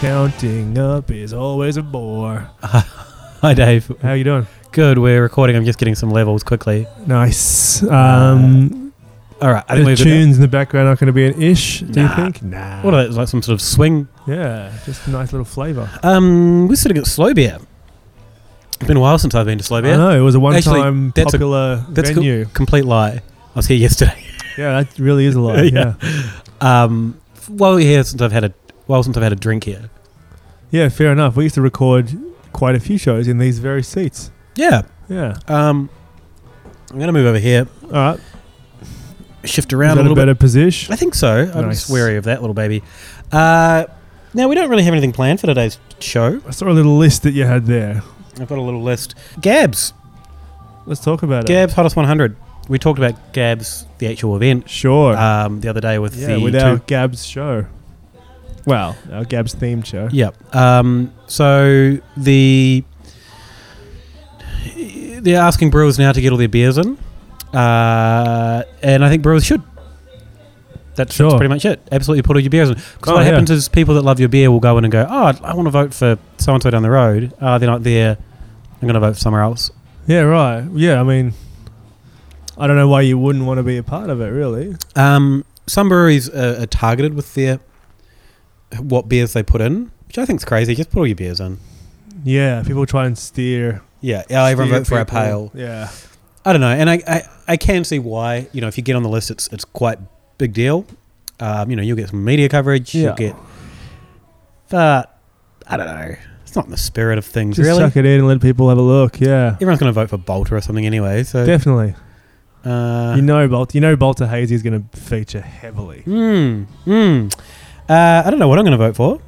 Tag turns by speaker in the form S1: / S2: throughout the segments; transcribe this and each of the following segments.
S1: Counting up is always a bore.
S2: Hi, Dave.
S1: How you doing?
S2: Good. We're recording. I'm just getting some levels quickly.
S1: Nice. Um,
S2: All right. Uh, I think
S1: the
S2: we're good now.
S1: tunes in the background aren't going to be an ish. Do you
S2: Nah.
S1: think? Nah.
S2: What are those? Like some sort of swing.
S1: yeah, just a nice little flavour.
S2: Um, we're sitting at Slow Beer. It's been a while since I've been to Slow
S1: I
S2: Beer.
S1: know it was a one-time
S2: that's a-
S1: popular
S2: that's cool.
S1: venue.
S2: Complete lie. I was here yesterday.
S1: Yeah, that really is a lot. yeah.
S2: Yeah. Um, f- well, here since I've had a well since I've had a drink here.
S1: yeah, fair enough. We used to record quite a few shows in these very seats.
S2: Yeah.
S1: Yeah.
S2: Um, I'm gonna move over here,
S1: All right.
S2: shift
S1: Is
S2: around
S1: that
S2: a
S1: a
S2: little bit.
S1: better position?
S2: I think so. I'm
S1: Nice.
S2: just wary of that little baby. Uh, now we don't really have anything planned for today's show.
S1: I saw a little list that you had there.
S2: I've got a little list. Gabs,
S1: Let's talk about it.
S2: Gabs Hottest 100. We talked about Gabs, the actual event,
S1: Sure.
S2: um, the other day with
S1: yeah,
S2: the
S1: with
S2: two-
S1: our Gabs show. Well, our Gabs themed show.
S2: Yeah. Um, so the they're asking brewers now to get all their beers in, uh, and I think brewers should. That's,
S1: Sure.
S2: that's pretty much it. Absolutely put all your beers in. Because
S1: Oh,
S2: what
S1: yeah.
S2: happens is people that love your beer will go in and go, "Oh, I want to vote for so and so down the road." Uh, they're not there. I'm going to vote for somewhere else.
S1: Yeah, right. Yeah, I mean, I don't know why you wouldn't want to be a part of it, really.
S2: Um, some breweries are, are targeted with their what beers they put in, which I think is crazy. Just put all your beers in.
S1: Yeah, people try and steer.
S2: Yeah, yeah, Oh, everyone
S1: steer
S2: vote for our
S1: people.
S2: pale.
S1: Yeah.
S2: I don't know, and I, I, I can see why. You know, if you get on the list, it's it's quite big deal. Um, you know, you'll get some media coverage.
S1: Yeah.
S2: You'll get, but I don't know. It's not in the spirit of things,
S1: Just
S2: really.
S1: chuck it in and let people have a look. Yeah.
S2: Everyone's going to vote for Bolter or something anyway. So,
S1: Definitely.
S2: uh,
S1: you know, Bolt. You know, Bolter Hazy is going to feature heavily.
S2: mm, mm. Uh, I don't know what I'm going to vote for.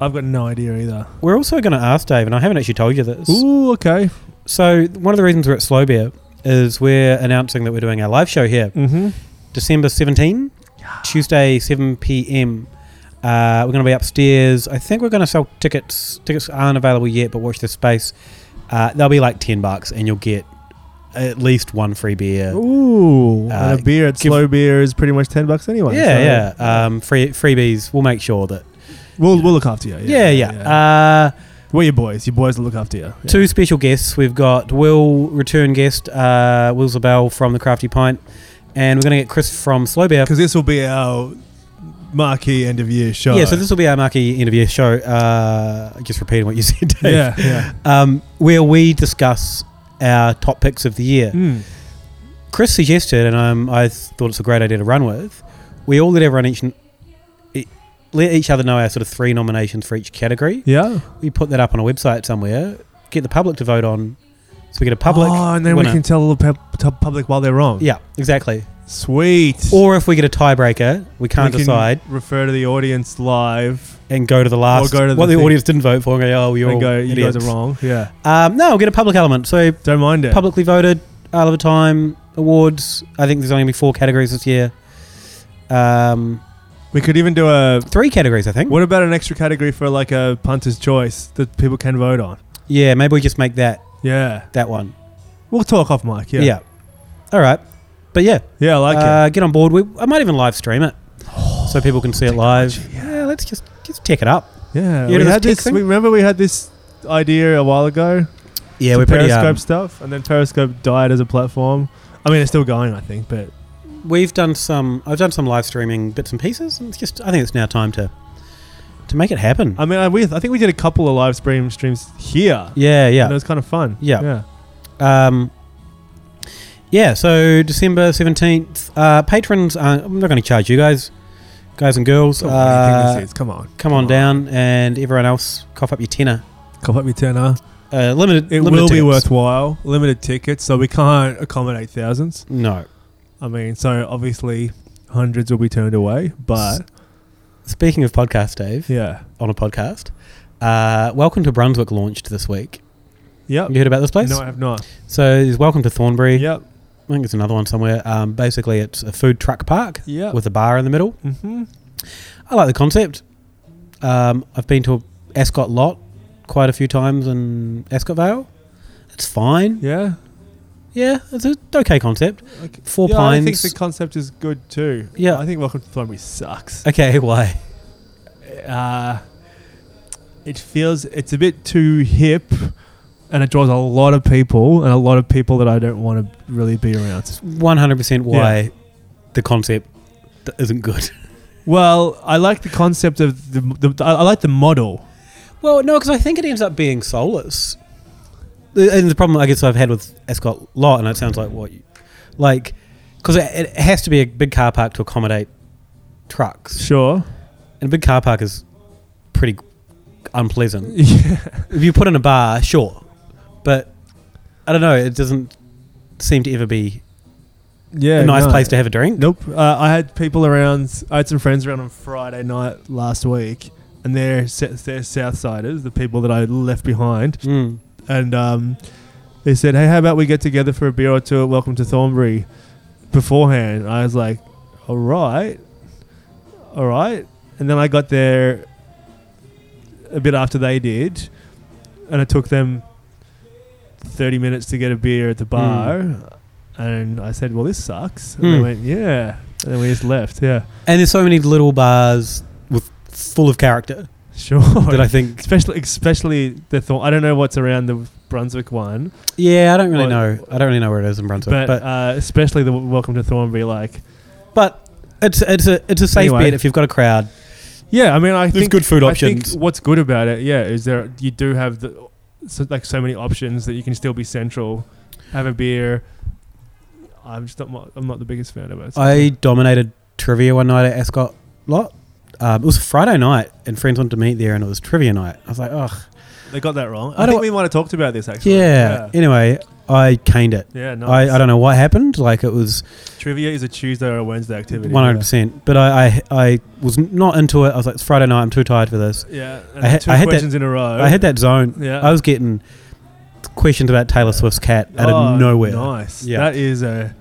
S1: I've got no idea either.
S2: We're also going to ask Dave, and I haven't actually told you this.
S1: Ooh, okay.
S2: So, one of the reasons we're at Slow Beer is we're announcing that we're doing our live show here.
S1: Mm-hmm.
S2: December 17, Tuesday, 7 p.m. Uh, we're going to be upstairs. I think we're going to sell tickets. Tickets aren't available yet, but watch this space. Uh, they'll be like 10 bucks, and you'll get at least one free beer.
S1: Ooh,
S2: Uh,
S1: and a beer at
S2: give-
S1: Slow Beer is pretty much ten bucks anyway. so
S2: yeah, yeah. Um, free freebies. We'll make sure that.
S1: We'll, we'll look after you.
S2: Yeah, yeah. Uh,
S1: We're your boys. Your boys will look after you. Yeah.
S2: Two special guests. We've got Will, return guest, uh, Will Zabel from the Crafty Pint, and we're going to get Chris from Slow Bear.
S1: Because this will be our marquee end of year show.
S2: Yeah, so this will be our marquee interview show. Uh, just repeating what you said, Dave.
S1: yeah, yeah.
S2: um, where we discuss our top picks of the year.
S1: Mm.
S2: Chris suggested, and um, I thought it's a great idea to run with. We all let everyone each e- let each other know our sort of three nominations for each category.
S1: yeah.
S2: We put that up on a website somewhere. Get the public to vote on, so we get a public.
S1: Oh, and then
S2: winner.
S1: we can tell the pub- tell public while they're wrong.
S2: Yeah, exactly.
S1: Sweet.
S2: Or if we get a tiebreaker, we
S1: We
S2: can't
S1: can
S2: decide
S1: Refer to the audience live
S2: and go to the last.
S1: go to
S2: what
S1: the
S2: the,
S1: thing.
S2: audience didn't vote for and go, oh, you're
S1: and
S2: all
S1: go. You guys
S2: idiots."
S1: are wrong. Yeah.
S2: Um, no, we'll get a public element. So
S1: Don't mind it.
S2: publicly voted Isle of a Time awards. I think there's only gonna be four categories this year. Um,
S1: we could even do a.
S2: three categories, I think.
S1: What about an extra category for like a punter's choice that people can vote on?
S2: Yeah, maybe we just make that
S1: Yeah.
S2: that one.
S1: We'll talk off mic.
S2: Yeah.
S1: Yeah.
S2: All right. But yeah,
S1: Yeah, I like it.
S2: uh, get on board. We, I might even live stream it so people can see it live.
S1: yeah.
S2: Yeah. let's just just tech it up.
S1: Yeah. We
S2: You know this
S1: had
S2: tick
S1: this.
S2: thing?
S1: We remember we had this idea a while ago.
S2: Yeah,
S1: to
S2: we're pretty.
S1: Periscope
S2: Um,
S1: stuff, and then Periscope died as a platform. I mean, it's still going, I think, but
S2: we've done some. I've done some live streaming bits and pieces. And it's just. I think it's now time to to make it happen.
S1: I mean, I, we, I think we did a couple of live stream streams here.
S2: yeah, yeah.
S1: and it was kind of fun.
S2: Yeah.
S1: yeah.
S2: Um, yeah, so December 17th. Uh, patrons, uh, I'm not going to charge you guys, guys and girls. Uh,
S1: Come on,
S2: come on down, and everyone else, cough up your tenner.
S1: Come up me tenner.
S2: Uh, limited,
S1: It
S2: limited
S1: will be
S2: tickets.
S1: worthwhile. Limited tickets, so we can't accommodate thousands.
S2: No.
S1: I mean, so obviously hundreds will be turned away, but
S2: Speaking of podcast, Dave,
S1: yeah,
S2: on a podcast, uh, Welcome to Brunswick launched this week.
S1: yep.
S2: Have you heard about this place?
S1: No, I have not.
S2: So there's Welcome to Thornbury.
S1: Yep,
S2: I think it's another one somewhere. Um, basically, it's a food truck park
S1: yep.
S2: with a bar in the middle.
S1: hmm
S2: I like the concept. Um, I've been to Ascot Lot quite a few times in Ascot Vale. It's fine.
S1: Yeah.
S2: Yeah, it's an okay concept.
S1: Okay.
S2: Four
S1: yeah, I think
S2: pines.
S1: the concept is good too.
S2: Yeah.
S1: I think Welcome to Thornbury sucks.
S2: okay, why?
S1: uh, it feels it's a bit too hip, and it draws a lot of people and a lot of people that I don't want to really be around.
S2: One hundred percent why the concept th- isn't good.
S1: Well, I like the concept of the, the I I like the model.
S2: Well, no, because I think it ends up being soulless. The- And the problem I guess I've had with Ascot Lot, and it sounds like what, you, like, because it, it has to be a big car park to accommodate trucks,
S1: Sure.
S2: and a big car park is pretty unpleasant.
S1: Yeah.
S2: if you put in a bar, sure, but I don't know. It doesn't seem to ever be
S1: Yeah.
S2: a nice
S1: no.
S2: place to have a drink.
S1: Nope. Uh, I had people around. I had some friends around on Friday night last week, and they're s- they're Southsiders, the people that I left behind,
S2: Mm.
S1: and um, they said, "Hey, how about we get together for a beer or two at Welcome to Thornbury beforehand?" I was like, "All right, all right," and then I got there a bit after they did, and it took them thirty minutes to get a beer
S2: Hmm.
S1: at the bar. And I said, "Well, this sucks." And they
S2: Hmm.
S1: went, "Yeah," and then we just left. Yeah,
S2: And there's so many little bars with full of character
S1: sure.
S2: that I think.
S1: especially, especially the Thorn. I don't know what's around the Brunswick one.
S2: Yeah, I don't really
S1: Well-
S2: know. I don't really know where it is in Brunswick,
S1: but,
S2: but
S1: uh, especially the w- Welcome to Thornbury, like
S2: But it's it's a it's a safe
S1: Anyway.
S2: bet if you've got a crowd.
S1: yeah, I mean, I
S2: There's
S1: think
S2: good food
S1: I
S2: options.
S1: think what's good about it, yeah, is there you do have the so, like so many options that you can still be central, have a beer. I'm just not mo- I'm not the biggest fan of it. so-
S2: I dominated trivia one night at Ascot Lot. Um, it was a Friday night, and friends wanted to meet there, and it was trivia night. I was like, oh
S1: they got that wrong.
S2: I
S1: I, think
S2: don't-
S1: we might have talked about this actually.
S2: yeah. Anyway, I caned it.
S1: yeah, nice.
S2: I, I don't know what happened. Like it was
S1: Trivia is a Tuesday or a Wednesday activity.
S2: one hundred percent. But I, I I was not into it. I was like, it's Friday night. I'm too tired for this.
S1: Yeah, yeah.
S2: I
S1: I
S2: had-
S1: two
S2: I had that-
S1: questions in a row.
S2: I had that zone.
S1: Yeah.
S2: I was getting questions about Taylor Swift's cat out
S1: Oh,
S2: of nowhere.
S1: Nice.
S2: Yeah.
S1: That is a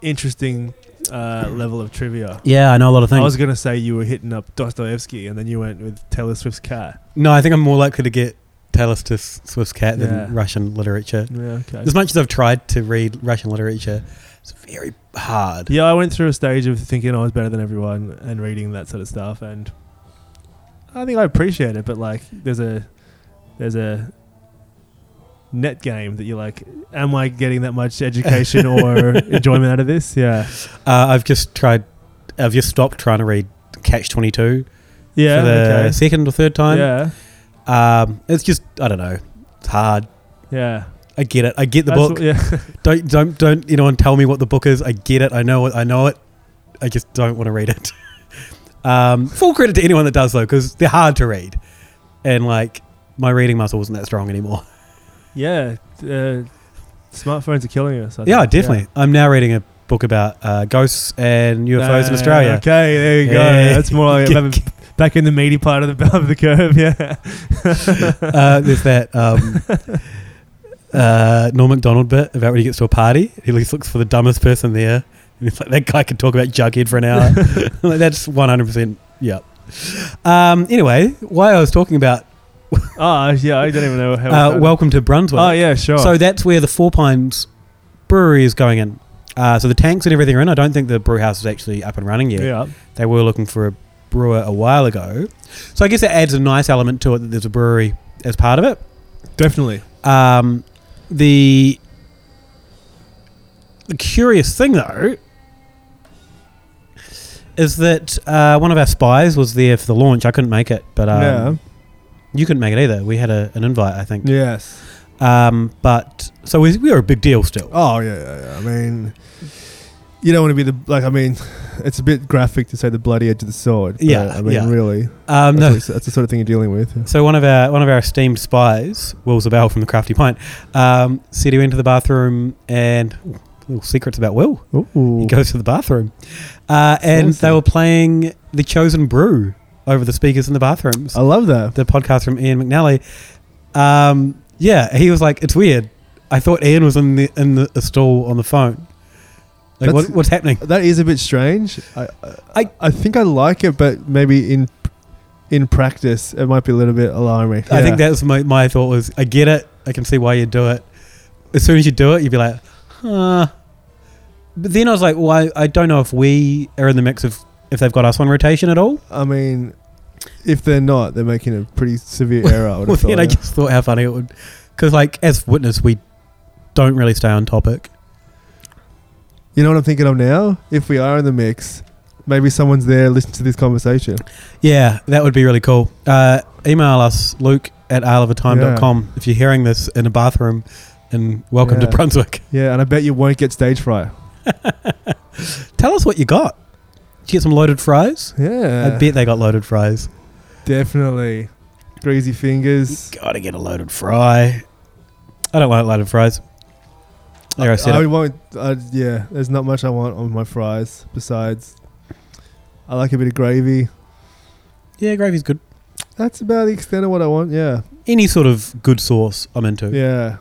S1: interesting uh, level of trivia.
S2: Yeah, I know a lot of
S1: I
S2: things.
S1: was gonna say you were hitting up Dostoevsky, and then you went with Taylor Swift's cat.
S2: no, I think I'm more likely to get Taylor Swift's Swift's cat
S1: Yeah.
S2: than Russian literature.
S1: Yeah, okay.
S2: As much as I've tried to read Russian literature, it's very hard.
S1: Yeah, I went through a stage of thinking I was better than everyone and reading that sort of stuff, and I think I appreciate it. But like, there's a there's a net game that you're like, am I getting that much education or enjoyment out of this? Yeah,
S2: Uh, I've just tried. I've just stopped trying to read Catch Twenty Two
S1: yeah,
S2: for the
S1: okay.
S2: second or third time.
S1: yeah,
S2: Um, it's just I don't know. It's hard.
S1: yeah.
S2: I get it. I get the
S1: That's
S2: book.
S1: what- yeah,
S2: Don't don't don't anyone tell me what the book is. I get it. I know it. I know it. I just don't want to read it. um, full credit to anyone that does though, because they're hard to read, and like my reading muscle wasn't that strong anymore.
S1: yeah. Uh, smartphones are killing us. I
S2: yeah,
S1: think.
S2: definitely. I'm now reading a book about uh, ghosts and UFOs in
S1: Uh,
S2: Australia.
S1: Okay, there you go.
S2: Yeah.
S1: That's more like
S2: Get-
S1: back in the meaty part of the of the curve. Yeah,
S2: uh, there's that um, uh, Norm Macdonald bit about when he gets to a party, he just looks for the dumbest person there. And it's like that guy could talk about Jughead for an hour. Like, That's 100%. Yeah. Um, anyway, why I was talking about
S1: oh yeah, I don't even know how. we
S2: uh,
S1: started.
S2: Welcome to Brunswick.
S1: oh yeah, sure.
S2: So that's where the Four Pines Brewery is going in. Uh, so the tanks and everything are in. I don't think the brew house is actually up and running yet.
S1: yeah,
S2: They were looking for a brewer a while ago. So I guess that adds a nice element to it that there's a brewery as part of it.
S1: definitely.
S2: Um, the, the curious thing, though, is that uh, one of our spies was there for the launch. I couldn't make it, but um,
S1: yeah.
S2: you couldn't make it either. We had a, an invite, I think.
S1: Yes.
S2: Um, but so we, we were a big deal still.
S1: Oh yeah, yeah, yeah. I mean, you don't want to be the like. I mean, it's a bit graphic to say the bloody edge of the sword. but,
S2: Yeah,
S1: I mean,
S2: yeah.
S1: really,
S2: Um,
S1: that's,
S2: no,
S1: what- that's the sort of thing you're dealing with. yeah.
S2: So one of our one of our esteemed spies, Will Zabel from the Crafty Pint, um, said he went to the bathroom and ooh, little secrets about Will. He
S1: Ooh.
S2: goes to the bathroom, uh, and
S1: Awesome.
S2: they were playing the Chosen Brew over the speakers in the bathrooms.
S1: I love that.
S2: The podcast from Ian McNally. Um, yeah, he was like, "It's weird. I thought Ian was in the in the, the stall on the phone. Like, what,
S1: That's-
S2: what's happening?
S1: That is a bit strange. I, I
S2: I-
S1: I think I like it, but maybe in in practice it might be a little bit alarming.
S2: I
S1: Yeah.
S2: think that's my my thought was, I get it. I can see why you do it. As soon as you do it, you'd be like, huh. But then I was like, well, I, I don't know if we are in the mix of if they've got us on rotation at all.
S1: I mean, If they're not, they're making a pretty severe error. I would
S2: Well,
S1: have
S2: then
S1: thought.
S2: I just thought how funny it would, because like as witness, we don't really stay on topic.
S1: You know what I'm thinking of now? If we are in the mix, maybe someone's there listening to this conversation.
S2: Yeah, that would be really cool. Uh, email us, Luke at isleofatime.com, if you're hearing this in a bathroom. And welcome
S1: Yeah.
S2: to Brunswick.
S1: Yeah, and I bet you won't get stage fright.
S2: Tell us what you got. Did you get some loaded fries?
S1: Yeah,
S2: I bet they got loaded fries.
S1: definitely. Greasy fingers.
S2: Gotta get a loaded fry. I don't like loaded fries. There, I, said
S1: I
S2: it.
S1: won't. I, yeah, there's not much I want on my fries. Besides, I like a bit of gravy.
S2: Yeah, gravy's good.
S1: That's about the extent of what I want. Yeah,
S2: Any sort of good sauce, I'm into.
S1: yeah.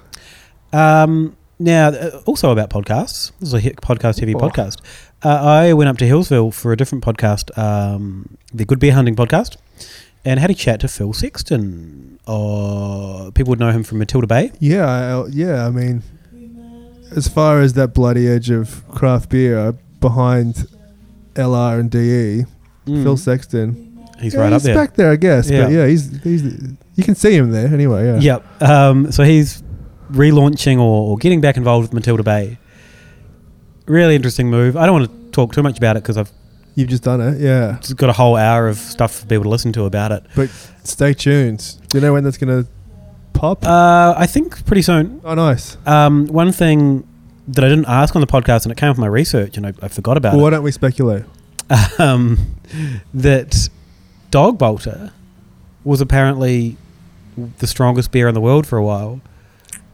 S2: Um, now, uh, also about podcasts. This is a hit podcast heavy
S1: Oh.
S2: podcast. Uh, I went up to Hillsville for a different podcast, um, the Good Bear Hunting podcast, and had a chat to Phil Sexton. Uh, people would know him from Matilda Bay.
S1: Yeah, I, I- yeah. I mean, as far as that bloody edge of craft beer uh, behind LR and DE, Phil
S2: Mm.
S1: Sexton,
S2: He's
S1: Yeah,
S2: right up
S1: he's
S2: there.
S1: back there, I guess.
S2: Yeah.
S1: But yeah, he's he's you can see him there anyway. Yeah,
S2: Yep. Um, so he's relaunching or, or getting back involved with Matilda Bay. Really interesting move. I don't want to talk too much about it because I've
S1: you've just done it. Yeah,
S2: just got a whole hour of stuff for people to listen to about it.
S1: stay tuned. Do you know when that's gonna pop?
S2: Uh, I think pretty soon.
S1: oh, nice.
S2: Um, one thing that I didn't ask on the podcast and it came from my research and I, I forgot about
S1: Well, why don't we speculate?
S2: it um, that Dog Bolter was apparently the strongest beer in the world for a while.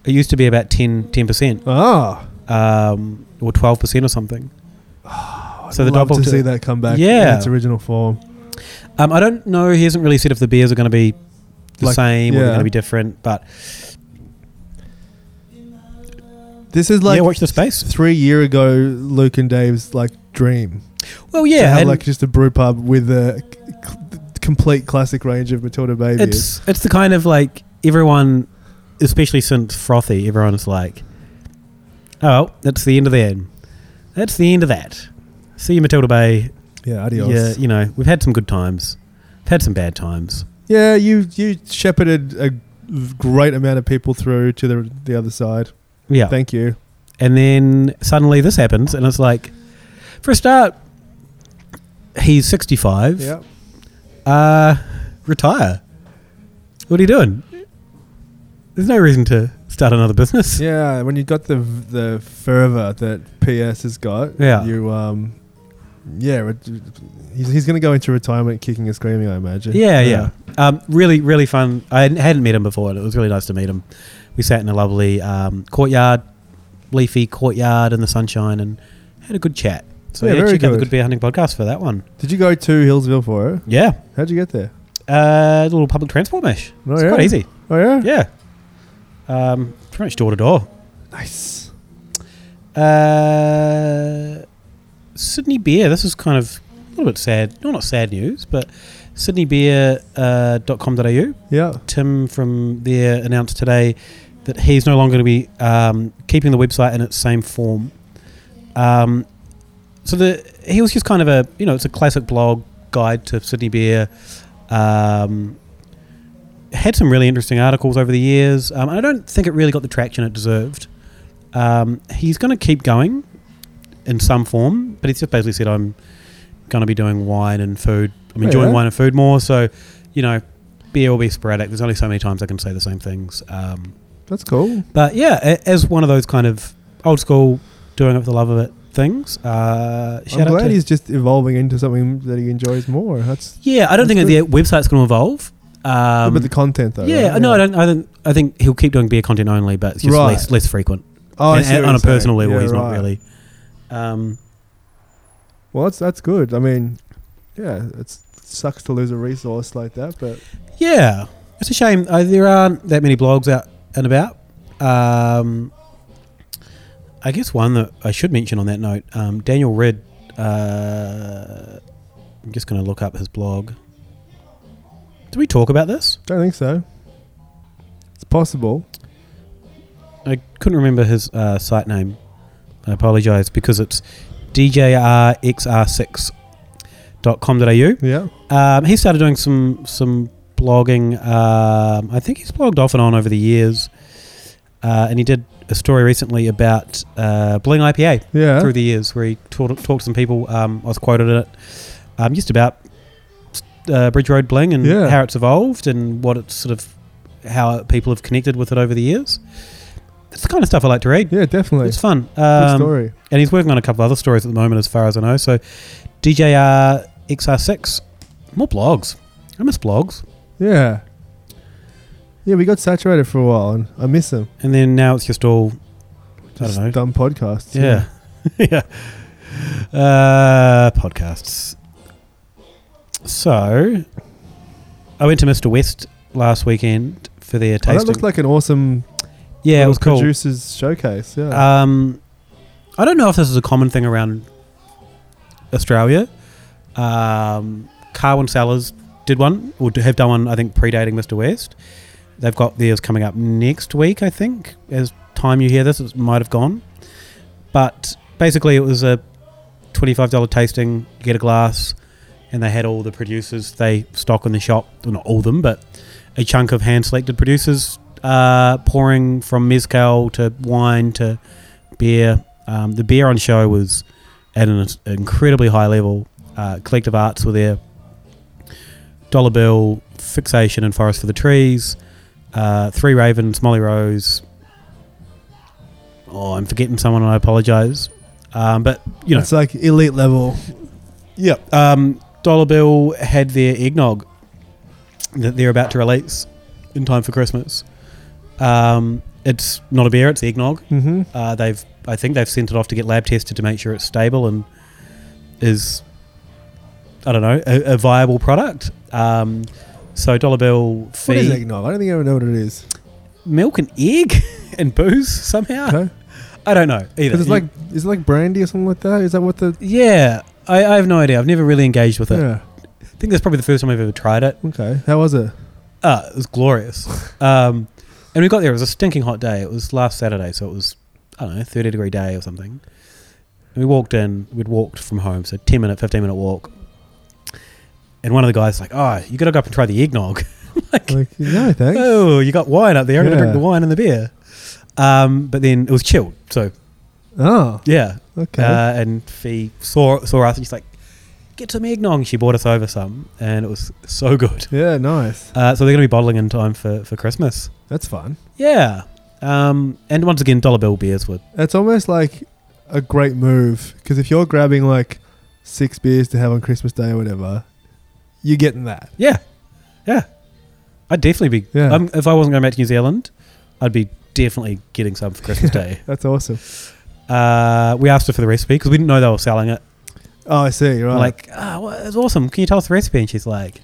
S2: It used to be about 10 percent.
S1: Ah,
S2: um, or twelve percent or something.
S1: I'd
S2: So the
S1: love
S2: double
S1: to
S2: to-
S1: see that come back. in
S2: Yeah.
S1: its original form.
S2: Um, I don't know. He hasn't really said if the beers are going to be the
S1: Like,
S2: same or
S1: yeah.
S2: they're going to be different. But
S1: This is like
S2: yeah, watch the space.
S1: three year ago, Luke and Dave's like dream.
S2: Well,
S1: to
S2: yeah,
S1: have
S2: and
S1: like just a brew pub with a c- c- complete classic range of Matilda Bay beers.
S2: it's it's the kind of like everyone, especially since frothy, everyone's like, oh, that's the end of that. That's the end of that. See you, Matilda Bay.
S1: Yeah, adios.
S2: Yeah,
S1: Yeah,
S2: you know we've had some good times. We've had some bad times.
S1: you you shepherded a great amount of people through to the the other side.
S2: Yeah.
S1: Thank you.
S2: And then suddenly this happens, and it's like, for a start, he's 65.
S1: Yeah,
S2: Uh, retire. What are you doing? There's no reason to start another business.
S1: yeah. When you got the the fervor that PS has got,
S2: Yeah.
S1: you um, yeah, re- he's he's gonna go into retirement kicking and screaming. I imagine.
S2: Yeah, yeah. Um, really, really fun. I hadn't- hadn't met him before, and it was really nice to meet him. We sat in a lovely um, courtyard, leafy courtyard in the sunshine, and had a good chat. So
S1: Oh, Yeah,
S2: yeah,
S1: very
S2: check out the
S1: good.
S2: Good Beer Hunting podcast for that one.
S1: Did you go to Hillsville for it?
S2: Yeah,
S1: How'd you get there?
S2: uh, little public transport mesh.
S1: Oh,
S2: it's
S1: yeah?
S2: quite easy.
S1: Oh yeah.
S2: Yeah, um, pretty much door to door.
S1: Nice.
S2: Uh, Sydney Beer. This is kind of a little bit sad. No, not sad news, but uh, sydneybeer.com.au. au.
S1: Yeah.
S2: Tim from there announced today that he's no longer going to be um, keeping the website in its same form. Um, so the he was just kind of a you know it's a classic blog guide to Sydney beer. Um, had some really interesting articles over the years. Um, I don't think it really got the traction it deserved. Um, he's going to keep going in some form, but he's just basically said I'm going to be doing wine and food. I'm
S1: Oh,
S2: enjoying
S1: yeah.
S2: wine and food more, so you know beer will be sporadic. There's only so many times I can say the same things. Um,
S1: That's cool.
S2: but yeah, a- as one of those kind of old school doing it for the love of it things. Uh, shout
S1: I'm
S2: out
S1: glad
S2: to
S1: he's just evolving into something that he enjoys more. That's
S2: yeah. I don't think
S1: That's
S2: that the website's going to evolve. Um,
S1: but the content though.
S2: yeah,
S1: right?
S2: no, I don't. I think I think he'll keep doing beer content only, but it's just
S1: Right.
S2: less less frequent.
S1: Oh, I
S2: and,
S1: see
S2: and
S1: what
S2: on a
S1: you're saying.
S2: personal level,
S1: Yeah,
S2: he's not
S1: right.
S2: really. Um,
S1: Well, that's that's good. I mean, yeah, it's, it sucks to lose a resource like that, but
S2: yeah, it's a shame. Uh, there aren't that many blogs out and about. Um, I guess one that I should mention on that note, um, Daniel Red. Uh, I'm just going to look up his blog. Did we talk about this?
S1: don't think so. It's possible.
S2: I couldn't remember his uh, site name. I apologise because it's DJRXR6. .com.au.
S1: Yeah.
S2: Um, he started doing some some blogging. Um, I think he's blogged off and on over the years, uh, and he did a story recently about uh, Bling IPA
S1: Yeah.
S2: through the years, where he taught, talked to some people. Um, I was quoted in it um, just about uh, Bridge Road Bling and
S1: Yeah.
S2: how it's evolved and what it's sort of how people have connected with it over the years. It's the kind of stuff I like to read.
S1: yeah, definitely.
S2: It's fun.
S1: Good
S2: Um,
S1: story.
S2: and he's working on a couple other stories at the moment, as far as I know. So, DJR XR6, more blogs. I miss blogs.
S1: Yeah. Yeah, we got saturated for a while, and I miss them.
S2: And then now it's just all,
S1: Just
S2: know.
S1: dumb podcasts.
S2: yeah, yeah, uh, podcasts. So, I went to Mr. West last weekend for their
S1: Oh, that
S2: tasting.
S1: looked like an awesome
S2: yeah, it
S1: little
S2: was cool.
S1: producers showcase. Yeah.
S2: Um, I don't know if this is a common thing around Australia. Um, Carwin Sellers did one, or d- have done one, I think, predating Mr. West. They've got theirs coming up next week, I think. As time you hear this, it might have gone. But basically, it was a $25 tasting. You get a glass, and they had all the producers they stock in the shop. Well, not all of them, but a chunk of hand selected producers uh, pouring from mezcal to wine to beer. Um, the beer on show was at an incredibly high level. Uh, collective Arts were there. Dollar Bill, Fixation, and Forest for the Trees. Uh, Three Ravens, Molly Rose. Oh, I'm forgetting someone. and I apologise. Um, but you know,
S1: it's like elite level.
S2: yeah. Um, Dollar Bill had their eggnog that they're about to release in time for Christmas. Um, it's not a beer; it's eggnog.
S1: Mm-hmm.
S2: Uh, they've, I think, they've sent it off to get lab tested to make sure it's stable and is, I don't know, a, a viable product. Um, so Dollar Bill
S1: What is
S2: feed
S1: eggnog? I don't think I ever know what it is.
S2: milk and egg and booze somehow.
S1: Okay.
S2: I don't know either.
S1: 'Cause it's
S2: Ah, You-
S1: like is it like brandy or something like that? Is that what the?
S2: yeah, I, I have no idea. I've never really engaged with it.
S1: Yeah.
S2: I think that's probably the first time I've ever tried it.
S1: Okay. How was it?
S2: Uh, it was glorious. Um, and we got there. It was a stinking hot day. It was last Saturday, so it was I don't know, thirty degree day or something. And we walked in. We'd walked from home, so ten minute, fifteen minute walk. And one of the guys like, "Oh, you got to go up and try the eggnog." like,
S1: Like no thanks.
S2: oh, you got wine up there. I'm gonna drink
S1: Yeah.
S2: the wine and the beer. Um, but then it was chilled, so
S1: Oh.
S2: yeah.
S1: Okay.
S2: Uh, and Fee saw saw us, and she's like, "Get some eggnog." She bought us over some, and it was so good.
S1: yeah. Nice.
S2: Uh, so they're going to be bottling in time for, for Christmas.
S1: That's fun.
S2: Yeah. Um, and once again, dollar bill beers were.
S1: It's almost like a great move because if you're grabbing like six beers to have on Christmas Day or whatever, you're getting that.
S2: Yeah. Yeah. I'd definitely be.
S1: Yeah.
S2: Um, if I wasn't going back to New Zealand, I'd be definitely getting some for Christmas Day.
S1: That's awesome.
S2: Uh, we asked her for the recipe because we didn't know they were selling it.
S1: Oh, I see. Right.
S2: We're like, ah, well, it's awesome. Can you tell us the recipe? And she's like,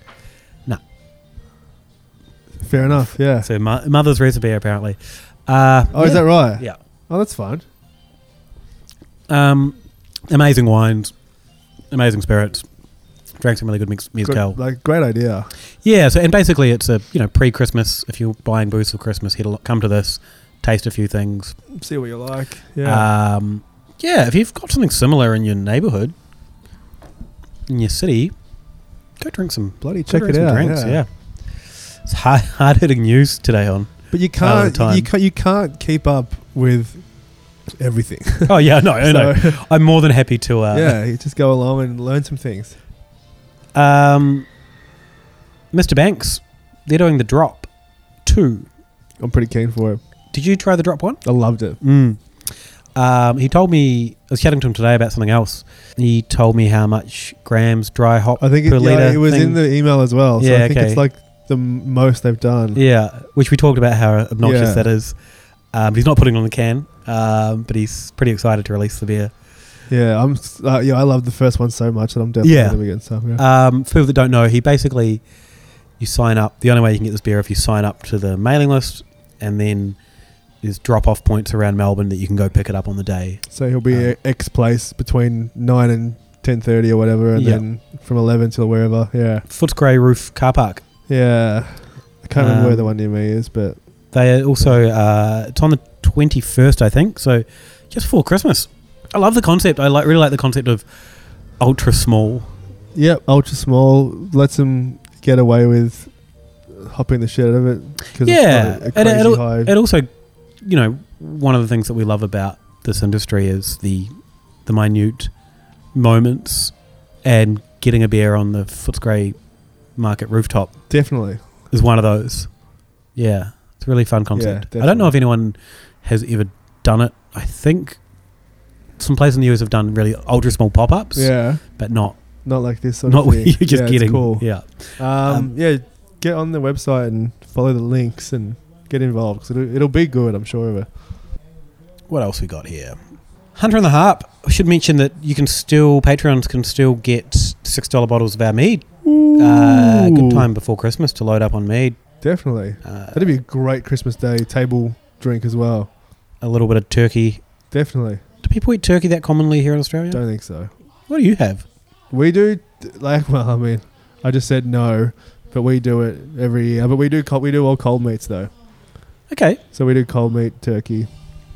S1: Fair enough. Yeah.
S2: so mo- mother's recipe, apparently. Uh,
S1: Oh, is that right?
S2: Yeah.
S1: Oh, that's fun.
S2: Um, amazing wines, amazing spirits. Drank some really good mix-
S1: Good-
S2: mezcal.
S1: like great idea.
S2: Yeah, so and basically it's a you know pre-Christmas. If you're buying booze for Christmas, he'll come to this, taste a few things.
S1: See what you like. Yeah.
S2: Um, yeah, if you've got something similar in your neighbourhood, in your city, go drink some.
S1: Bloody
S2: go
S1: check
S2: drink
S1: it
S2: some
S1: out.
S2: Drinks, yeah. It's hard, hard hitting news today on.
S1: But you
S2: Out of
S1: can't,
S2: the time.
S1: you can't you can't keep up with everything.
S2: Oh yeah, no, no.
S1: So,
S2: I'm more than happy to. Uh,
S1: yeah, you just go along and learn some things.
S2: Um, Mr. Banks, they're doing the drop two.
S1: I'm pretty keen for it.
S2: Did you try the drop one?
S1: I loved it.
S2: Mm. Um, he told me I was chatting to him today about something else. He told me how much grams dry hop.
S1: I think it,
S2: per
S1: yeah,
S2: litre
S1: it was
S2: thing.
S1: in the email as well. So
S2: Yeah,
S1: I think
S2: okay.
S1: it's like the m- most they've done.
S2: yeah, which we talked about how obnoxious
S1: Yeah.
S2: that is. Um, he's not putting it on the can, um, but he's pretty excited to release the beer.
S1: Yeah, I'm s- uh, yeah, I love the first one so much that I'm definitely
S2: Yeah.
S1: gonna be getting some. Yeah.
S2: Um, for people that don't know, he basically you sign up. The only way you can get this beer if you sign up to the mailing list, and then there's drop off points around Melbourne that you can go pick it up on the day.
S1: so he'll be
S2: um,
S1: at X place between nine and ten thirty or whatever, and
S2: Yeah.
S1: then from eleven till wherever. Yeah,
S2: Footscray Roof Car Park.
S1: yeah. I can't remember where
S2: Um,
S1: the one near me is, but
S2: They are also uh, it's on the twenty first, I think. So just for Christmas, I love the concept. I like really like the concept of ultra small
S1: Yep, ultra small lets them get away with hopping the shit out of it. 'cause it's
S2: Yeah,
S1: not a- a
S2: and
S1: crazy
S2: it'll-
S1: high.
S2: It also, you know, one of the things that we love about this industry is the the minute moments and getting a beer on the Footscray Market rooftop
S1: Definitely.
S2: is one of those. Yeah, it's a really fun concept. I don't know
S1: definitely.
S2: if anyone has ever done it. I think some places in the US have done really ultra small pop ups,
S1: Yeah,
S2: but not
S1: not like this sort
S2: not
S1: of
S2: where
S1: thing.
S2: you're just
S1: yeah, it's
S2: getting.
S1: cool.
S2: Yeah,
S1: Um,
S2: Um,
S1: yeah, get on the website and follow the links and get involved 'cause it'll, it'll be good, I'm sure of it.
S2: what else we got here? Hunter and the Harp. I should mention that you can still Patreons can still get six dollar bottles of our mead. Uh,
S1: Ooh.
S2: good time before Christmas to load up on mead.
S1: Definitely.
S2: Uh,
S1: That'd be a great Christmas Day table drink as well.
S2: a little bit of turkey.
S1: Definitely.
S2: Do people eat turkey that commonly here in Australia?
S1: Don't think so.
S2: What do you have?
S1: We do, like, well, I mean, I just said no, but we do it every year. But we do, co- we do all cold meats though.
S2: Okay,
S1: So we do cold meat, turkey,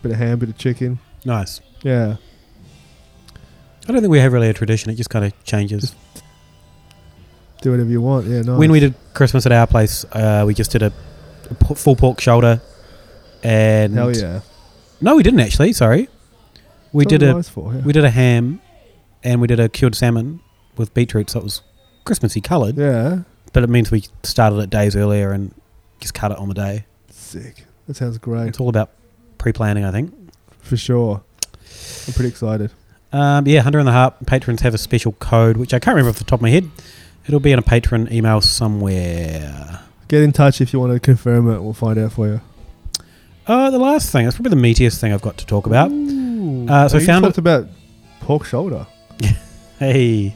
S1: bit of ham, bit of chicken.
S2: nice.
S1: Yeah.
S2: I don't think we have really a tradition. It just kind of changes.
S1: Do whatever you want. Yeah, nice.
S2: When we did Christmas at our place, uh, we just did a, a po- full pork shoulder, and
S1: Hell yeah.
S2: no, we didn't actually. Sorry, we
S1: That's
S2: did
S1: what
S2: a
S1: it was for, yeah.
S2: We did a ham, and we did a cured salmon with beetroot, so it was Christmassy coloured.
S1: yeah.
S2: But it means we started it days earlier and just cut it on the day.
S1: Sick. That sounds great.
S2: It's all about pre-planning, I think.
S1: For sure. I'm pretty excited.
S2: Um, yeah, Hunter and the Harp patrons have a special code, which I can't remember off the top of my head. It'll be in a patron email somewhere.
S1: Get in touch if you want to confirm it. We'll find out for you.
S2: Oh, the last thing. That's probably the meatiest thing I've got to talk about. Uh, so
S1: you
S2: found
S1: talked about pork shoulder.
S2: Hey,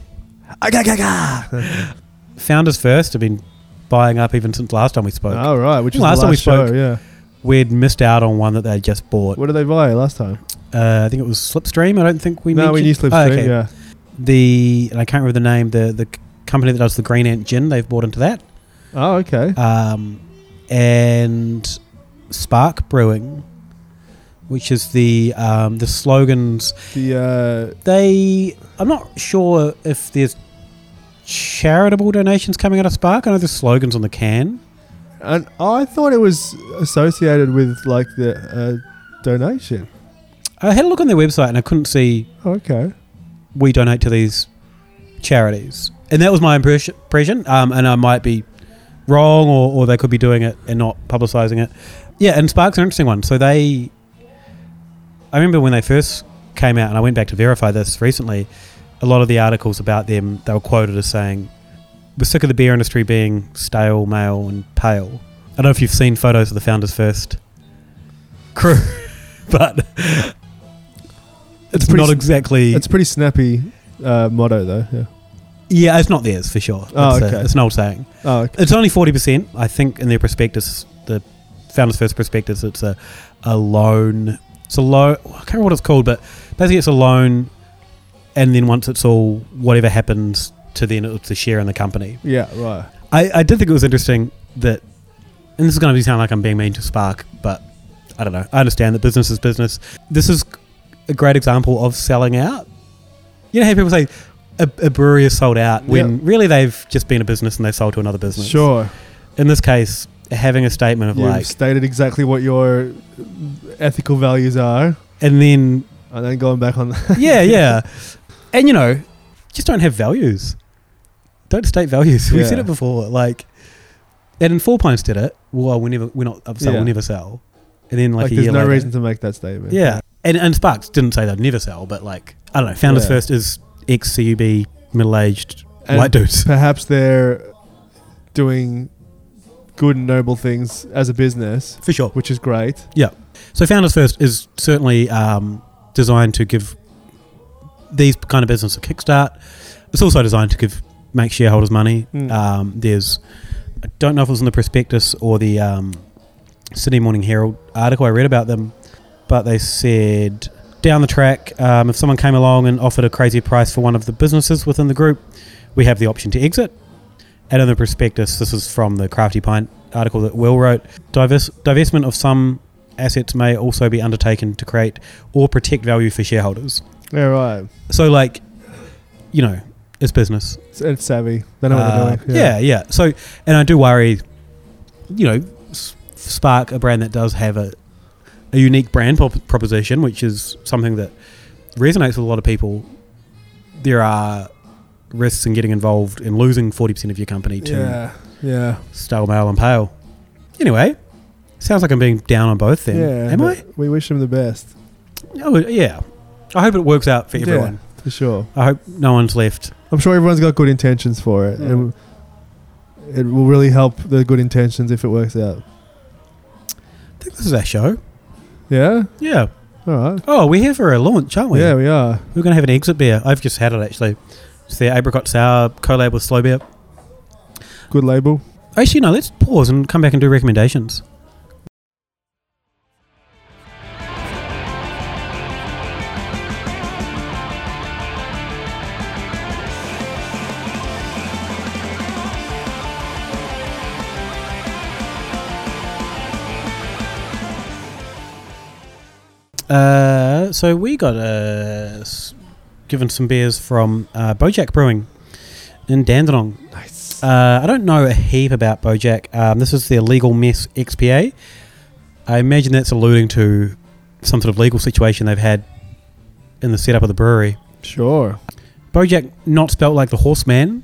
S1: Aga, ga, ga.
S2: Founders First have been buying up even since last time we spoke.
S1: All Oh, right, which was
S2: Last
S1: the
S2: time we
S1: last show.
S2: spoke-
S1: Yeah.
S2: We'd missed out on one that they just bought.
S1: What did they buy last time?
S2: Uh, I think it was Slipstream. I don't think we
S1: no, we knew
S2: mentioned-
S1: Slipstream.
S2: Oh, okay.
S1: Yeah.
S2: the and I can't remember the name. The the c- company that does the Green Ant gin, they've bought into that.
S1: Oh, okay.
S2: Um, and Spark Brewing, which is the um, the slogans.
S1: The uh,
S2: They I'm not sure if there's charitable donations coming out of Spark. I know there's slogans on the can.
S1: uh, and I thought it was associated with like the uh, donation.
S2: I had a look on their website and I couldn't see
S1: Okay.
S2: we donate to these charities. And that was my impression. impression um, and I might be wrong, or, or they could be doing it and not publicizing it. Yeah, and Spark's an interesting one. So they, I remember when they first came out, and I went back to verify this recently. A lot of the articles about them, they were quoted as saying, "We're sick of the beer industry being stale, male, and pale." I don't know if you've seen photos of the founders first crew, but it's
S1: pretty
S2: not
S1: s-
S2: exactly
S1: It's a pretty snappy uh, motto though. Yeah.
S2: yeah, it's not theirs for sure.
S1: Oh,
S2: it's, a-
S1: okay.
S2: it's an old saying.
S1: Oh, okay.
S2: It's only forty percent, I think, in their prospectus, the founders' first prospectus. It's a a loan. It's a loan. I can't remember what it's called, but basically, it's a loan, and then once it's all whatever happens to then it's a share in the company.
S1: yeah. Right.
S2: I, I did think it was interesting that, and this is going to sound like I'm being mean to Spark, but I don't know. I understand that business is business. This is a great example of selling out. You know how people say a, a brewery is sold out when
S1: Yeah.
S2: really they've just been a business and they sold to another business.
S1: Sure.
S2: In this case, having a statement of
S1: You've
S2: like,
S1: stated exactly what your ethical values are,
S2: and then
S1: and then going back on that.
S2: yeah, yeah, and you know, just don't have values. Don't state values. We've said
S1: Yeah.
S2: it before. Like, and in Four Pints did it. Well, we never, we're not upsell.
S1: Yeah.
S2: We'll never sell. And then like,
S1: Like,
S2: a
S1: there's
S2: year
S1: no
S2: later,
S1: reason to make that statement.
S2: Yeah, and and Sparks didn't say they'd never sell, but like I don't know. Founders
S1: Yeah.
S2: First is ex CUB middle aged
S1: And
S2: white dudes.
S1: Perhaps they're doing good and noble things as a business,
S2: For sure.
S1: which is great.
S2: So Founders First is certainly um, designed to give these kind of business a kickstart. It's also designed to give make shareholders money.
S1: Mm.
S2: Um, there's I don't know if it was in the prospectus or the um, Sydney Morning Herald article I read about them, but they said down the track um, if someone came along and offered a crazy price for one of the businesses within the group, we have the option to exit. And in the prospectus, this is from the Crafty Pint article that Will wrote. Divest, divestment of some assets may also be undertaken to create or protect value for shareholders.
S1: Yeah, right.
S2: So, like, you know, It's business.
S1: It's, it's savvy. They know
S2: Uh,
S1: what they're doing.
S2: yeah. yeah, So, and I do worry, you know, S- Spark, a brand that does have a, a unique brand prop- proposition, which is something that resonates with a lot of people. There are risks in getting involved in losing 40% of your company to
S1: Yeah. Yeah.
S2: stale, male, and pale. Anyway, sounds like I'm being down on both then.
S1: yeah.
S2: Am I?
S1: but We wish them the best
S2: Oh, yeah. I hope it works out for
S1: Yeah.
S2: everyone.
S1: for sure.
S2: I hope no one's left.
S1: I'm sure everyone's got good intentions for it, and
S2: Mm.
S1: it will really help the good intentions if it works out.
S2: I think this is our show.
S1: Yeah.
S2: Yeah.
S1: All right.
S2: Oh, we're here for a launch, aren't we?
S1: yeah, we are.
S2: We're going to have an exit beer. I've just had it actually. It's their apricot sour collab with slow beer.
S1: Good label.
S2: Actually, no, let's pause and come back and do recommendations. Uh, so we got uh, s- given some beers from uh, Bojack Brewing in Dandenong.
S1: Nice.
S2: Uh, I don't know a heap about BoJack. Um, this is the legal mess XPA. I imagine that's alluding to some sort of legal situation they've had in the setup of the brewery.
S1: Sure.
S2: BoJack not spelt like the horseman,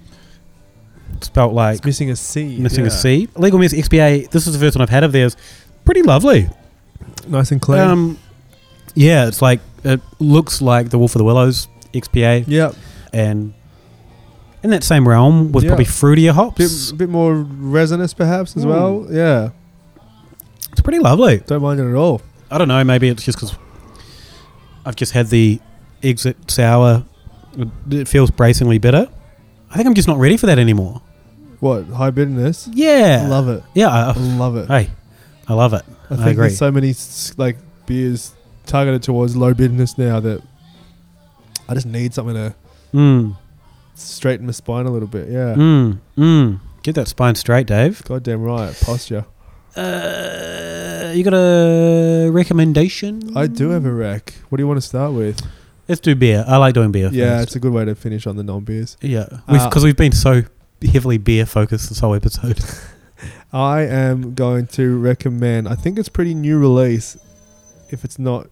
S2: spelt like
S1: it's missing a C.
S2: missing a
S1: Yeah.
S2: C. Legal mess XPA. This is the first one I've had of theirs. Pretty lovely.
S1: Nice and clean.
S2: Um, yeah, it's like it looks like the Wolf of the Willows XPA,
S1: yeah.
S2: and in that same realm with
S1: Yeah.
S2: probably fruitier hops.
S1: Bit, bit more resinous, perhaps, as
S2: Mm.
S1: well. Yeah.
S2: it's pretty lovely.
S1: Don't mind it at all.
S2: I don't know. Maybe it's just because I've just had the exit sour. It feels bracingly bitter. I think I'm just not ready for that anymore.
S1: What? High bitterness?
S2: Yeah,
S1: Love it.
S2: yeah. I,
S1: Love it.
S2: hey, I love it.
S1: I think
S2: agree.
S1: there's so many s- like beers targeted towards low bitterness now that I just need something to
S2: Mm,
S1: straighten my spine a little bit. Yeah,
S2: mm, mm. Get that spine straight, Dave.
S1: goddamn right, posture.
S2: Uh, you got a recommendation?
S1: I do have a rec. What do you want to start with?
S2: Let's do beer. I like doing beer.
S1: Yeah,
S2: first.
S1: it's a good way to finish on the non beers.
S2: yeah. Because
S1: Uh,
S2: we've, 'cause we've been so heavily beer focused this whole episode.
S1: I am going to recommend. I think it's pretty new release. If it's not,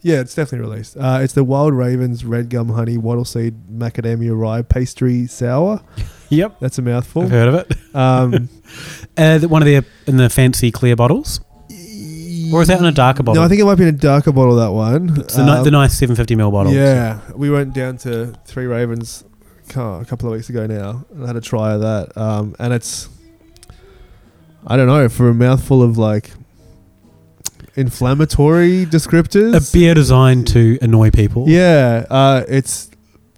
S1: yeah, it's definitely released. Uh, it's the Wild Ravens Red Gum Honey Wattle Seed Macadamia Rye Pastry Sour.
S2: yep,
S1: That's a
S2: I've
S1: mouthful.
S2: heard of it.
S1: Um,
S2: Uh, th- one of their in the fancy clear bottles. Or is that in a darker bottle?
S1: No, I think it might be in a darker bottle. That one.
S2: It's the, ni- the
S1: Um,
S2: nice 750ml bottle.
S1: Yeah, we went down to Three Ravens ca- a couple of weeks ago now, and I had a try of that. Um, and it's, I don't know, for a mouthful of like inflammatory
S2: A
S1: descriptors.
S2: beer designed to annoy people.
S1: yeah, uh, it's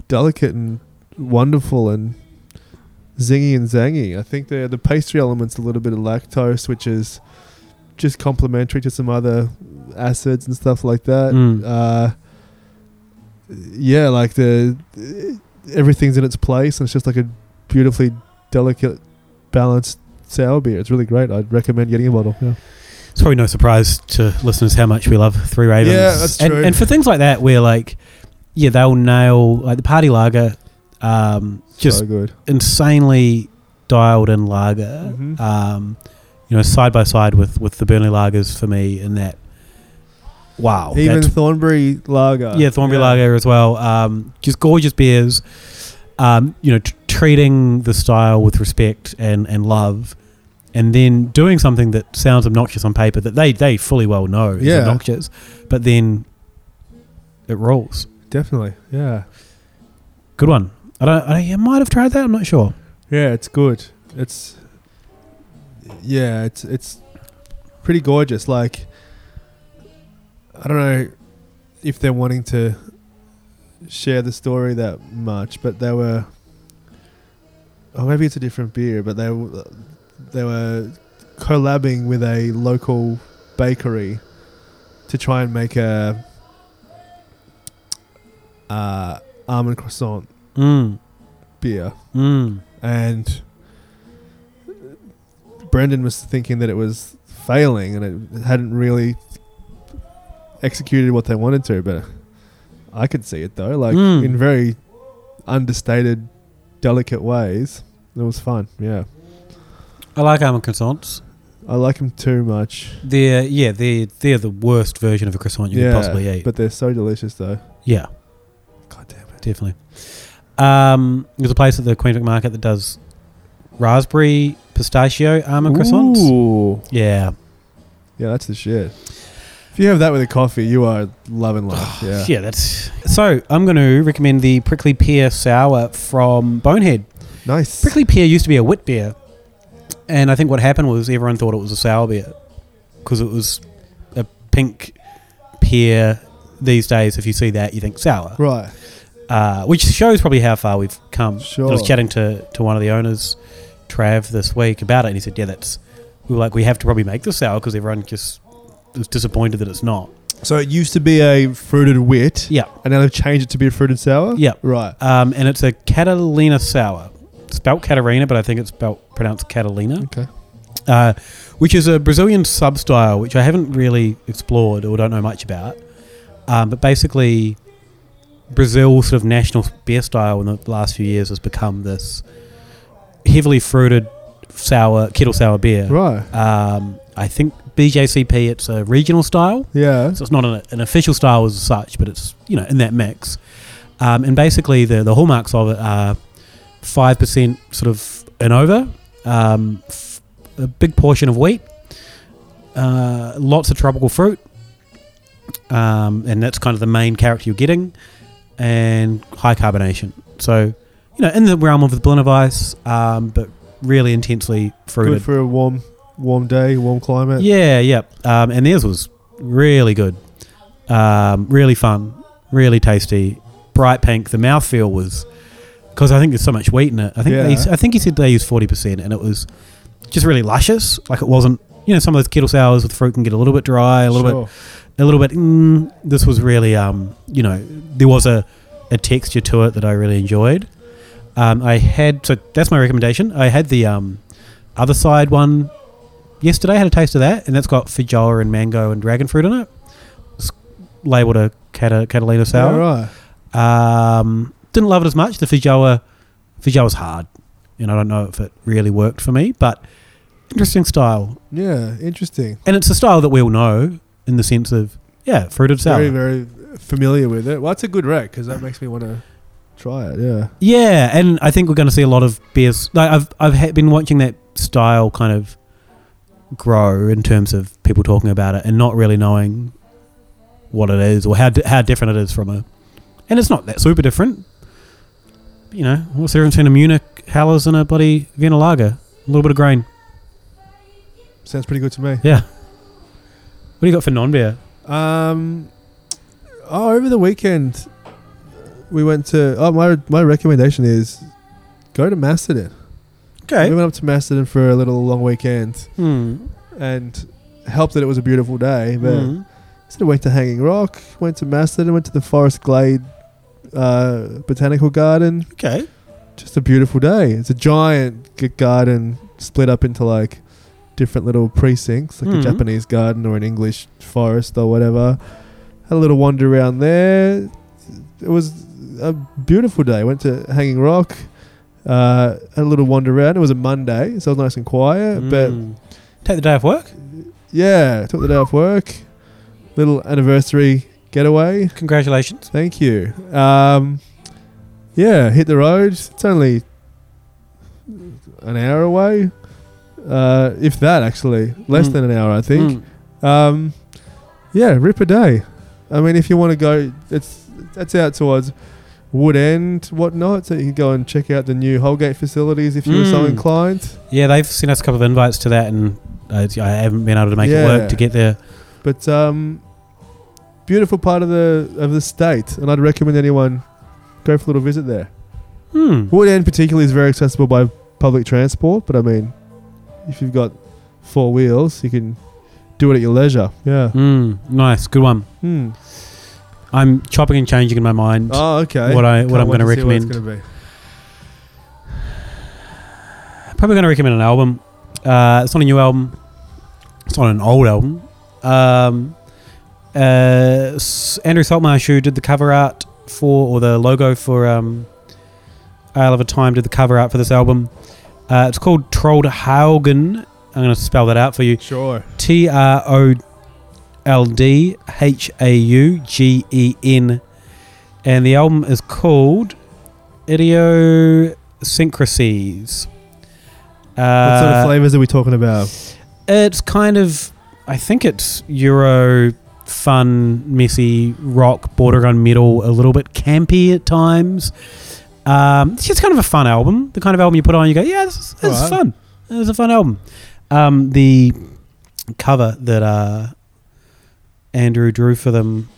S1: delicate and wonderful and zingy and zangy. I think the the pastry element's a little bit of lactose, which is just complementary to some other acids and stuff like that
S2: Mm.
S1: uh, yeah, like the everything's in its place, and it's just like a beautifully delicate, balanced sour beer. It's really great. I'd recommend getting a bottle. Yeah,
S2: It's probably no surprise to listeners how much we love Three Ravens.
S1: Yeah, that's
S2: and,
S1: true.
S2: And for things like that, where like, yeah, they'll nail like the party lager, um, just
S1: so good.
S2: insanely dialed in lager.
S1: Mhm.
S2: Um, you know, side by side with with the Burnley lagers for me in that. Wow,
S1: Even
S2: that's
S1: Thornbury Lager.
S2: Oh, yeah, Thornbury Lager as well. Um, just gorgeous beers. Um, you know, t- treating the style with respect and, and love, and then doing something that sounds obnoxious on paper that they they fully well know is
S1: Yeah.
S2: obnoxious, but then it rolls.
S1: definitely. Yeah,
S2: Good one. I don't. I, I might have tried that. I'm not sure.
S1: yeah, it's good. It's yeah, it's it's pretty gorgeous. Like I don't know if they're wanting to share the story that much, but they were. Oh, maybe it's a different beer, but they w- they were collabing with a local bakery to try and make a uh, almond croissant
S2: Mm.
S1: beer
S2: Mm.
S1: and Brendan was thinking that it was failing and it hadn't really executed what they wanted to, but I could see it though, like
S2: Mm.
S1: in very understated delicate ways. It was fun. Yeah,
S2: I like almond croissants.
S1: I like them too much.
S2: They're yeah, they they're the worst version of a croissant you
S1: yeah,
S2: could possibly eat.
S1: but they're so delicious though.
S2: yeah,
S1: God damn it!
S2: definitely. Um, there's a place at the Queenswick Market that does raspberry pistachio almond croissants.
S1: Ooh.
S2: Yeah,
S1: Yeah, that's the shit. If you have that with a coffee, you are loving life. Yeah.
S2: yeah, that's so. I'm going to recommend the prickly pear sour from Bonehead.
S1: Nice.
S2: Prickly pear used to be a wit beer, and I think what happened was everyone thought it was a sour beer because it was a pink pear. These days, if you see that, you think sour,
S1: Right.
S2: uh, which shows probably how far we've come. I
S1: Sure.
S2: was chatting to, to one of the owners, Trav, this week about it, and he said, "Yeah, that's." We were like, "We have to probably make this sour because everyone just is disappointed that it's not."
S1: So it used to be a fruited wit.
S2: Yeah.
S1: And now they've changed it to be a fruited sour.
S2: Yeah.
S1: Right.
S2: Um, and it's a Catalina sour. It's spelt Catarina, but I think it's spelt pronounced Catalina.
S1: Okay.
S2: uh, which is a Brazilian substyle, which I haven't really explored or don't know much about. Um, but basically, Brazil's sort of national beer style in the last few years has become this heavily fruited sour kettle sour beer.
S1: Right.
S2: Um, I think BJCP it's a regional style,
S1: Yeah.
S2: so it's not an, an official style as such, but it's you know in that mix. Um, and basically, the the hallmarks of it are five percent sort of and over, um, f- a big portion of wheat, uh, lots of tropical fruit, um, and that's kind of the main character you're getting, and high carbonation. So, you know, in the realm of the blend of ice, um, but really intensely fruited.
S1: Good for a warm, warm day, warm climate.
S2: Yeah, yeah. Um, and theirs was really good, um, really fun, really tasty, bright pink. The mouthfeel was because I think there's so much wheat in it. I think
S1: Yeah.
S2: they, I think he said they used forty percent, and it was just really luscious. Like it wasn't, you know, some of those kettle sours with fruit can get a little bit dry, a little
S1: Sure.
S2: bit, a little bit. Mm, this was really, um, you know, there was a, a texture to it that I really enjoyed. Um, I had so that's my recommendation. I had the um, other side one yesterday. Had a taste of that, and that's got feijoa and mango and dragon fruit in it. It's labeled a Cata, Catalina
S1: Yeah,
S2: sour.
S1: right.
S2: Um, didn't love it as much. The feijoa, feijoa's hard, and I don't know if it really worked for me, but interesting style,
S1: Yeah. Interesting.
S2: and it's a style that we all know in the sense of yeah, fruited sour.
S1: Very, very familiar with it. Well, that's a good rec because that makes me want to try it. Yeah.
S2: Yeah, and I think we're going to see a lot of beers. Like I've I've ha- been watching that style kind of grow in terms of people talking about it and not really knowing what it is or how di- how different it is from a. And it's not that super different. You know, what's the difference between a Munich Hallers and a bloody Vienna Lager? A little bit of grain.
S1: Sounds pretty good to me.
S2: Yeah. What do you got for non-beer?
S1: Um, oh, over the weekend, we went to. Oh, my my recommendation is go to Mastodon. We
S2: Okay.
S1: went up to Mastodon for a little long weekend
S2: Hmm.
S1: and helped that it was a beautiful day. But
S2: Hmm.
S1: so went to Hanging Rock, went to Mastodon, went to the Forest Glade uh, Botanical Garden.
S2: Okay.
S1: Just a beautiful day. It's a giant g- garden split up into like different little precincts, like
S2: Mhm.
S1: a Japanese garden or an English forest or whatever. Had a little wander around there. It was a beautiful day. Went to Hanging Rock. Uh, had a little wander around. It was a Monday, so it was nice and quiet. But
S2: Hmm. take the day off work.
S1: yeah, took the day off work. Little anniversary getaway.
S2: Congratulations.
S1: Thank you. Um, yeah, hit the road. It's only an hour away, uh, if that actually, less
S2: Mm.
S1: than an hour, I think. Um, yeah, rip a day. I mean, if you want to go, it's that's out towards Wood End, whatnot. So you can go and check out the new Holgate facilities if you were so
S2: Mm.
S1: inclined.
S2: Yeah, they've sent us a couple of invites to that, and I, I haven't been able to make it
S1: Yeah.
S2: work to get there.
S1: But um, beautiful part of the of the state, and I'd recommend anyone go for a little visit there.
S2: Hmm.
S1: Wood End particularly is very accessible by public transport, but I mean, if you've got four wheels, you can do it at your leisure. Yeah.
S2: Hmm. Nice, good one.
S1: Hmm.
S2: I'm chopping and changing in my mind.
S1: Oh, okay.
S2: What I- what
S1: Can't
S2: I'm
S1: wait
S2: gonna
S1: see what it's
S2: recommend.
S1: gonna be.
S2: Probably going to recommend an album. Uh, it's not a new album. It's not an old album. Um, uh, S- Andrew Saltmarsh, who did the cover art for or the logo for um, Isle of a Time did the cover art for this album. Uh, it's called Troldhaugen. I'm going to spell that out for you.
S1: Sure.
S2: T R O L D H A U G E N. And the album is called Idiosyncrasies. Uh,
S1: what sort of flavors are we talking about?
S2: it's kind of, I think it's Euro fun, messy rock, border on metal, a little bit campy at times. Um, it's just kind of a fun album, the kind of album you put on, you go, yeah, this, is- this is
S1: Alright.
S2: fun. It was a fun album. Um, the cover that uh, Andrew drew for them,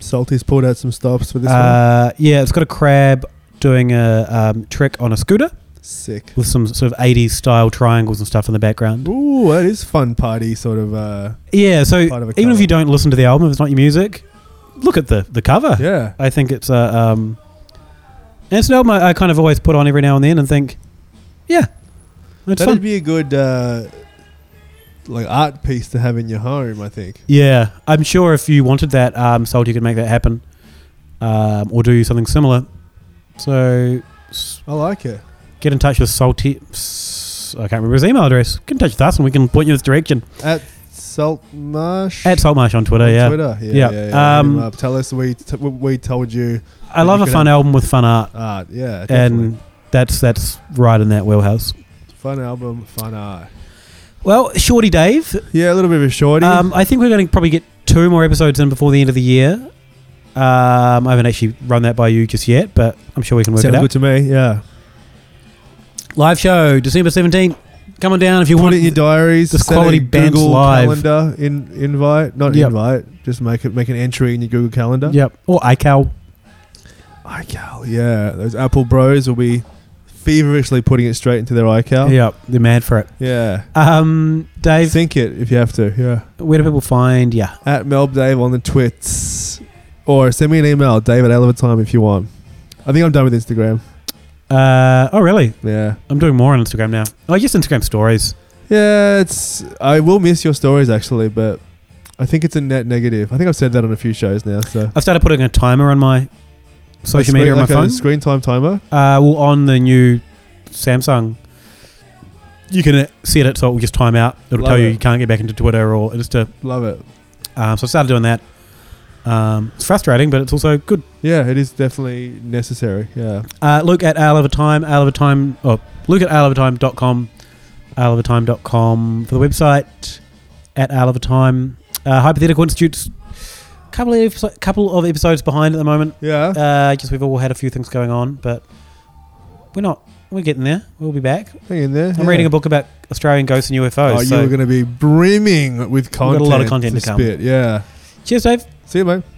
S1: Salty's pulled out some stops for this
S2: uh, yeah, it's got a crab doing a um, trick on a scooter
S1: one. Sick.
S2: with some sort of 80s style triangles and stuff in the background.
S1: Ooh, that is fun party sort of. Uh,
S2: Yeah, so
S1: Part of a
S2: even if
S1: cover.
S2: you don't listen to the album, if it's not your music, look at the the cover.
S1: yeah.
S2: I think it's a um, and it's an album I, I kind of always put on every now and then and think, yeah, it's
S1: That'd
S2: fun.
S1: be a good uh, like art piece to have in your home. I think.
S2: yeah, I'm sure if you wanted that, um, Salt, you could make that happen, um, or do something similar. So s-
S1: I like it.
S2: get in touch with Salty. s- I can't remember his email address. Get in touch with us and we can point you in this direction.
S1: At Salt Marsh.
S2: At Saltmarsh on Twitter,
S1: On
S2: yeah.
S1: Twitter. Yeah. Yeah.
S2: Yeah.
S1: yeah. Hit
S2: Um,
S1: him up. Tell us we t- what we told you
S2: I love
S1: You
S2: a
S1: could
S2: fun
S1: have-
S2: album with fun art,
S1: art. Yeah.
S2: and that's that's right in that wheelhouse.
S1: definitely. fun album, fun art.
S2: Well, Shorty Dave,
S1: Yeah, a little bit of a shorty.
S2: um, I think we're going to probably get two more episodes in before the end of the year. Um, I haven't actually run that by you just yet, but I'm sure we can work
S1: Sounds
S2: it out.
S1: good to me. Yeah.
S2: Live show, December 17th. Come on down if you
S1: Put
S2: want.
S1: it in your diaries.
S2: this
S1: set a
S2: quality band's
S1: Google
S2: live.
S1: calendar in, invite, not
S2: Yep.
S1: invite. Just make it make an entry in your Google calendar.
S2: Yep. Or iCal.
S1: iCal. Yeah, those Apple Bros will be feverishly putting it straight into their iCal.
S2: Yep. They're mad for it.
S1: Yeah.
S2: Um, Dave,
S1: Think it if you have to. Yeah.
S2: where do people find Yeah.
S1: At Melb Dave on the twits, or send me an email, Dave at Eleven Time if you want. I think I'm done with Instagram.
S2: Uh, oh, really?
S1: Yeah.
S2: I'm doing more on Instagram now. Oh, just Instagram stories.
S1: Yeah, it's. I will miss your stories actually, but I think it's a net negative. I think I've said that on a few shows now. So
S2: I've started putting a timer on my
S1: Like
S2: social
S1: screen-
S2: media on my
S1: like a
S2: phone.
S1: Screen time timer.
S2: Uh, well, on the new Samsung, you can uh, set it so it will just time out. It'll
S1: Love
S2: tell you
S1: it.
S2: you can't get back into Twitter or Insta.
S1: Love it.
S2: Um, so I started doing that. Um, it's frustrating, but it's also good.
S1: Yeah, it is definitely necessary. Yeah.
S2: Uh, Luke at Isle of a Time, Isle of a Time, oh, Luke at isleofatime.com, isleofatime.com for the website, at Isle of a Time. Uh, Hypothetical Institute's couple of, episo- couple of episodes behind at the moment.
S1: Yeah.
S2: Uh, just we've all had a few things going on, but we're not, we're getting there. We'll be back.
S1: Hang in there.
S2: I'm reading a book about Australian ghosts and UFOs.
S1: Oh,
S2: so
S1: you were going to be brimming with
S2: got a
S1: content.
S2: lot of content to come.
S1: spit. Yeah.
S2: cheers, Dave.
S1: See you, mate.